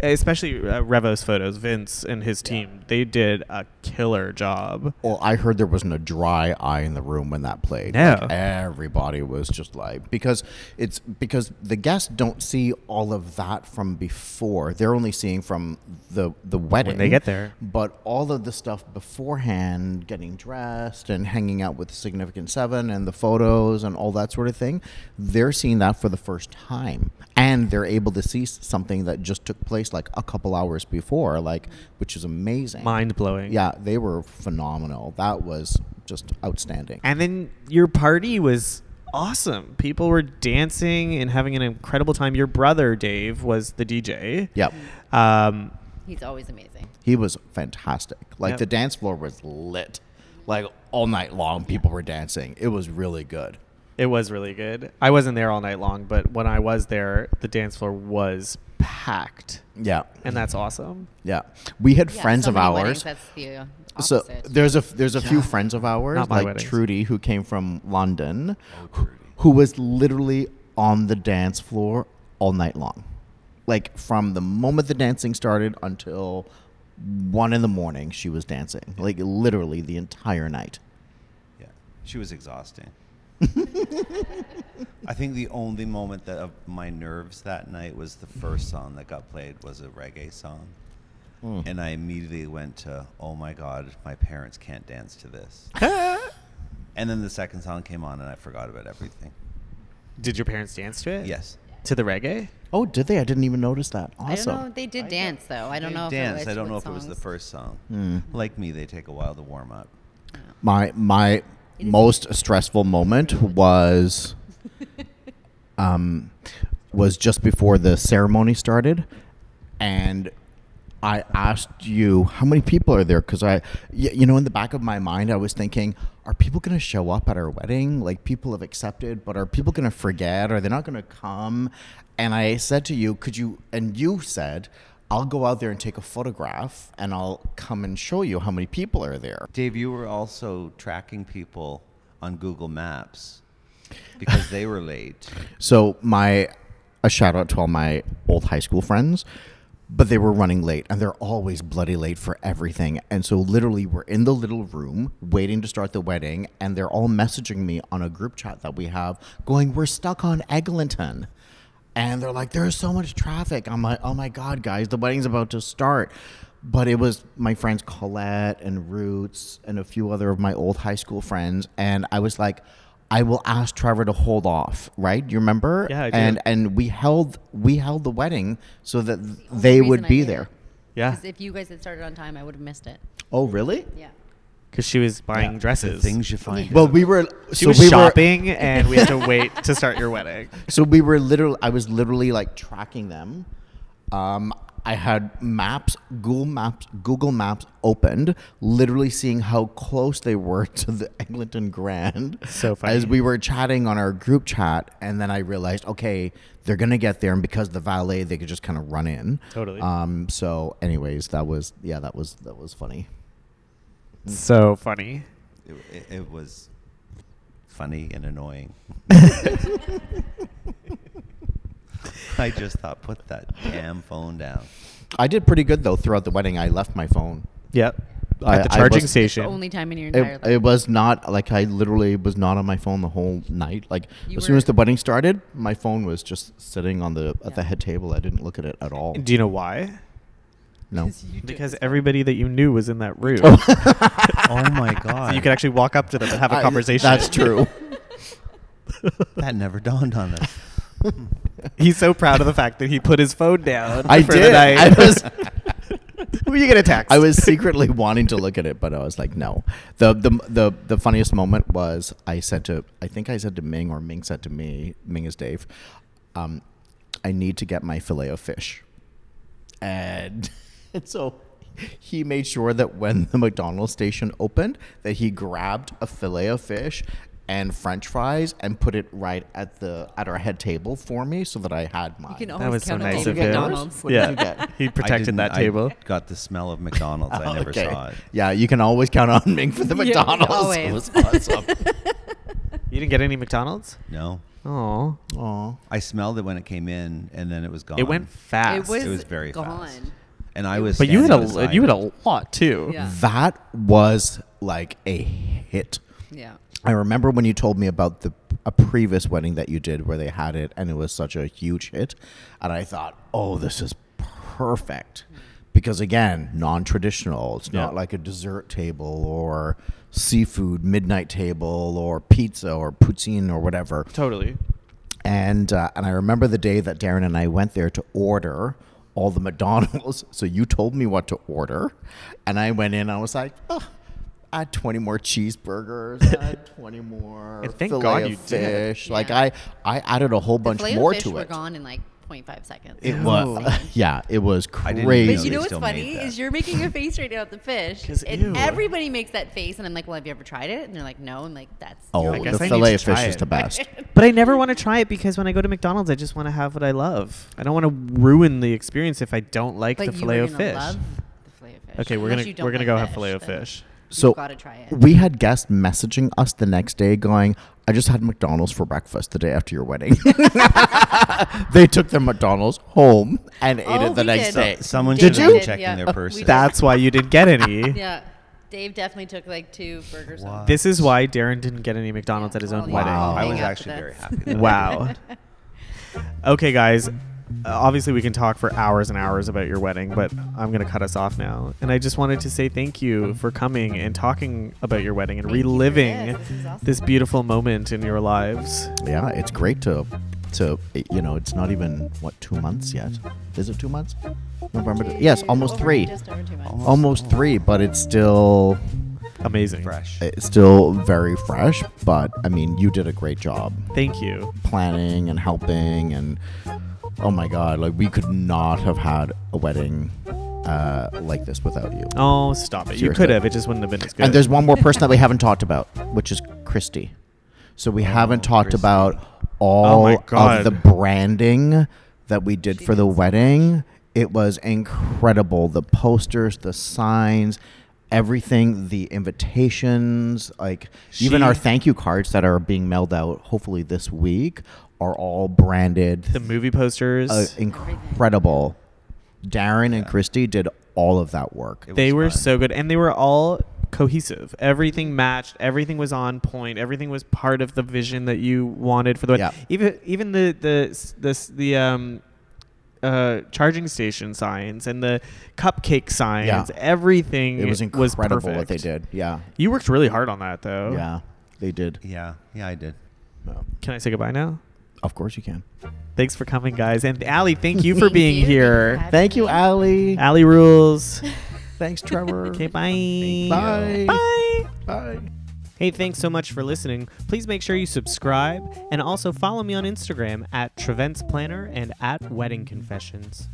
especially uh, Revo's photos. Vince and his team, they did a killer job.
Well, I heard there wasn't a dry eye in the room when that played.
No.
Like, everybody was just like because it's because the guests don't see all of that from before. They're only seeing from the the wedding
they get there.
But all of the stuff beforehand, getting dressed and hanging out with the significant seven and the photos and all that sort of thing, they're seeing that for the first time, and they're able to see s- something that just took place like a couple hours before, like which is amazing.
Mind blowing.
Yeah, they were phenomenal. That was just outstanding.
And then your party was awesome. People were dancing and having an incredible time. Your brother Dave was the DJ.
Yep.
Um,
He's always amazing.
He was fantastic. Like
Yep.
the dance floor was lit. Like all night long people were dancing. It was really good.
it was really good. I wasn't there all night long, but when I was there, the dance floor was packed,
Yeah.
and that's awesome.
Yeah. We had
Yeah,
friends
so
of
many
ours.
weddings, that's the
so
opposite.
there's a there's a few friends of ours
Not my
like
weddings.
Trudy who came from London
Oh,
who was literally on the dance floor all night long like from the moment the dancing started until one in the morning she was dancing like literally the entire night
Yeah, she was
*laughs*
exhausting. I think the only moment that of my nerves that night was the first song that got played was a reggae song,
Hmm.
and I immediately went to, "Oh my God, my parents can't dance to this." and then the second song came on, and I forgot about everything.
Did your parents dance to it?
Yes,
To the reggae?
oh did they i didn't even notice that
I don't
awesome
know. They did dance though. I don't
They
know. if it
danced.
was
I don't
with
know if it was the
songs.
first song.
Hmm.
Like me, they take a while to warm up.
My my most stressful moment was *laughs* um was just before the ceremony started and I asked you how many people are there cuz I y- you know in the back of my mind I was thinking are people going to show up at our wedding like people have accepted but are people going to forget are they not going to come and I said to you could you and you said I'll go out there and take a photograph and I'll come and show you how many people are there
Dave, you were also tracking people on Google Maps because they were
*laughs*
late.
So my a shout out to all my old high school friends, but they were running late and they're always bloody late for everything. And so literally we're in the little room waiting to start the wedding and they're all messaging me on a group chat that we have going, "We're stuck on Eglinton." And they're like, "There's so much traffic." I'm like, "Oh my god, guys, the wedding's about to start." But it was my friends Colette and Roots and a few other of my old high school friends and I was like, I will ask Trevor to hold off, right? You remember?
Yeah, I do.
And and we held we held the wedding so that th- they
reason
would
I
be
did it.
there.
Yeah.
*laughs* 'Cause if you guys had started on time, I would have missed it.
Oh, really?
Yeah.
Because she was buying
The
dresses.
things you find.
Well, we were
she
so
was
we
shopping, and we had to wait to start your wedding.
were so we were literally I was literally like tracking them. Um I had maps, Google Maps, Google Maps opened, literally seeing how close they were *laughs* to the Eglinton Grand.
So funny.
As we were chatting on our group chat, and then I realized, okay, they're gonna get there, and because the valet, they could just kind of run in.
Totally.
Um. So, anyways, that was yeah, that was that was funny.
So funny.
It, it, it was funny and annoying. *laughs* I just thought, put that damn phone down.
I did pretty good though throughout the wedding. I left my phone.
Yep.
I-
At the
I
charging
was-
It's the
station.
only time in your entire
It,
life.
it was not like I literally was not on my phone the whole night. Like
You
as soon
were-
as the wedding started, my phone was just sitting on the at the
Yeah.
head table. I didn't look at it at all.
Do you know why?
No.
You do.
Because everybody that you knew was in that room.
Oh
*laughs*
my god!
you could actually walk up to them and have a
I-
conversation. *laughs*
that's true.
that never dawned on us.
*laughs* He's so proud of the fact that he put his phone down.
I
for
did.
The night.
I
*laughs*
was
Were you gonna text?
I was
*laughs*
secretly *laughs* wanting to look at it, but I was like, no. The, the the the funniest moment was I said to I think I said to Ming or Ming said to me, Ming is Dave, um, I need to get my filet of fish, and *laughs* and so he made sure that when the McDonald's station opened, that he grabbed a filet of fish and French fries and put it right at the at our head table for me, so that I had mine.
You
*laughs*
can
That was
always
so
count
nice
on
of him.
McDonald's.
What did you
yeah,
get?
he
I
protected
didn't-
that
I
table.
got the smell of
*laughs*
McDonald's. I never
Okay.
saw it.
Yeah, you can always count on Ming for the
Yeah,
McDonald's.
always.
*laughs* It
*laughs*
was awesome.
You didn't get any McDonald's.
No,
Oh,
Aw.
I smelled it when it came in, and then it was gone.
it went fast.
It was,
It was very
gone.
fast. and I was.
but you had
standing
a
beside
you had
it.
a lot too.
Yeah.
That was like a hit.
Yeah.
I remember when you told me about the a previous wedding that you did where they had it and it was such a huge hit and I thought, "Oh, this is perfect." Because again, non-traditional. It's not
Yeah.
like a dessert table or seafood midnight table or pizza or poutine or whatever.
Totally.
and uh, and I remember the day that Darren and I went there to order all *laughs* the McDonald's. So you told me what to order, and I went in. I was like, oh, add 20 more cheeseburgers,
*laughs*
add 20 more
And thank
fillet
God
of
you did.
fish. Like
Yeah.
I, I added a whole
The
bunch
filet
more
fish
to
were
it.
gone in like 0.5 seconds.
It
Oh.
was, *laughs* yeah, it was
I didn't
crazy.
know
But you know
they
what's
still
funny
made that.
is you're making a face right now at the fish,
'Cause ew.
and everybody makes that face, and I'm like, "Well, have you ever tried it?" And they're like, "No," and like that's
oh,
you're like,
guess
the
I need
fillet
to
of fish
try
is
it. *laughs*
the best.
But I never want to try it because when I go to McDonald's, I just want to have what I love. I don't want to ruin the experience if I don't like
*laughs* but
the
you
filet
are
of
gonna
fish.
love the filet of fish.
Okay, we're
Unless
gonna
you don't
we're gonna
like
go have filet of
then
fish.
So
You've got to try it.
we had guests messaging us the next day going, I just had McDonald's for breakfast the day after your wedding. *laughs* they took their McDonald's home and
Oh,
ate it the
we
next
did.
day.
Someone
Did
should have
you?
been checking
Yeah.
their
We
person.
did.
That's why you didn't get any.
*laughs* Yeah, Dave definitely took like two burgers. home.
Wow.
This is why Darren didn't get any McDonald's at his own
Well,
wedding.
Wow.
I
hang
was
up
actually
with
very
us.
happy.
*laughs*
that I did.
Wow. okay, guys. Uh, obviously, we can talk for hours and hours about your wedding, but I'm going to cut us off now. And I just wanted to say thank you for coming and talking about your wedding and
Thank you for
reliving
this. This is awesome.
this beautiful moment in your lives.
Yeah, it's great to, to you know, it's not even, what, two months yet? Is it two months? November? yes, almost
Over-
three.
Just over two months.
Almost three, but it's still
Amazing. *laughs*
Fresh.
it's still very fresh. But I mean, you did a great job
Thank you.
planning and helping and oh my god like we could not have had a wedding uh, like this without you
Oh, stop it. You
Seriously.
could have. It just wouldn't have been as good.
and there's one more
*laughs*
person that we haven't talked about which is christy so we haven't talked
Christy.
about
Oh
all
my
of
God.
the branding that we did for the wedding it was incredible the posters the signs everything the invitations like even
She-
our thank you cards that are being mailed out hopefully this week are all branded
the movie posters.
uh, incredible. Darren and Christy did all of that work.
It
they
was
were
fun.
so good and they were all cohesive everything matched everything was on point everything was part of the vision that you wanted for the
Yeah.
even even the the this the um uh, charging station signs and the cupcake signs everything
It was incredible what
perfect.
they did. Yeah.
you worked really hard on that though
Yeah. They did.
Yeah, yeah, I did.
No.
can i say goodbye now
Of course you can.
thanks for coming guys and Allie
*laughs*
thank you for
Thank
being
you.
here
Thank
Thank you, Allie.
Allie
*laughs*
rules
Thanks, *laughs* Trevor.
okay
Bye.
bye
Bye.
Hey, thanks so much for listening. Please make sure you subscribe and also follow me on Instagram at Trevence Planner and at Wedding Confessions.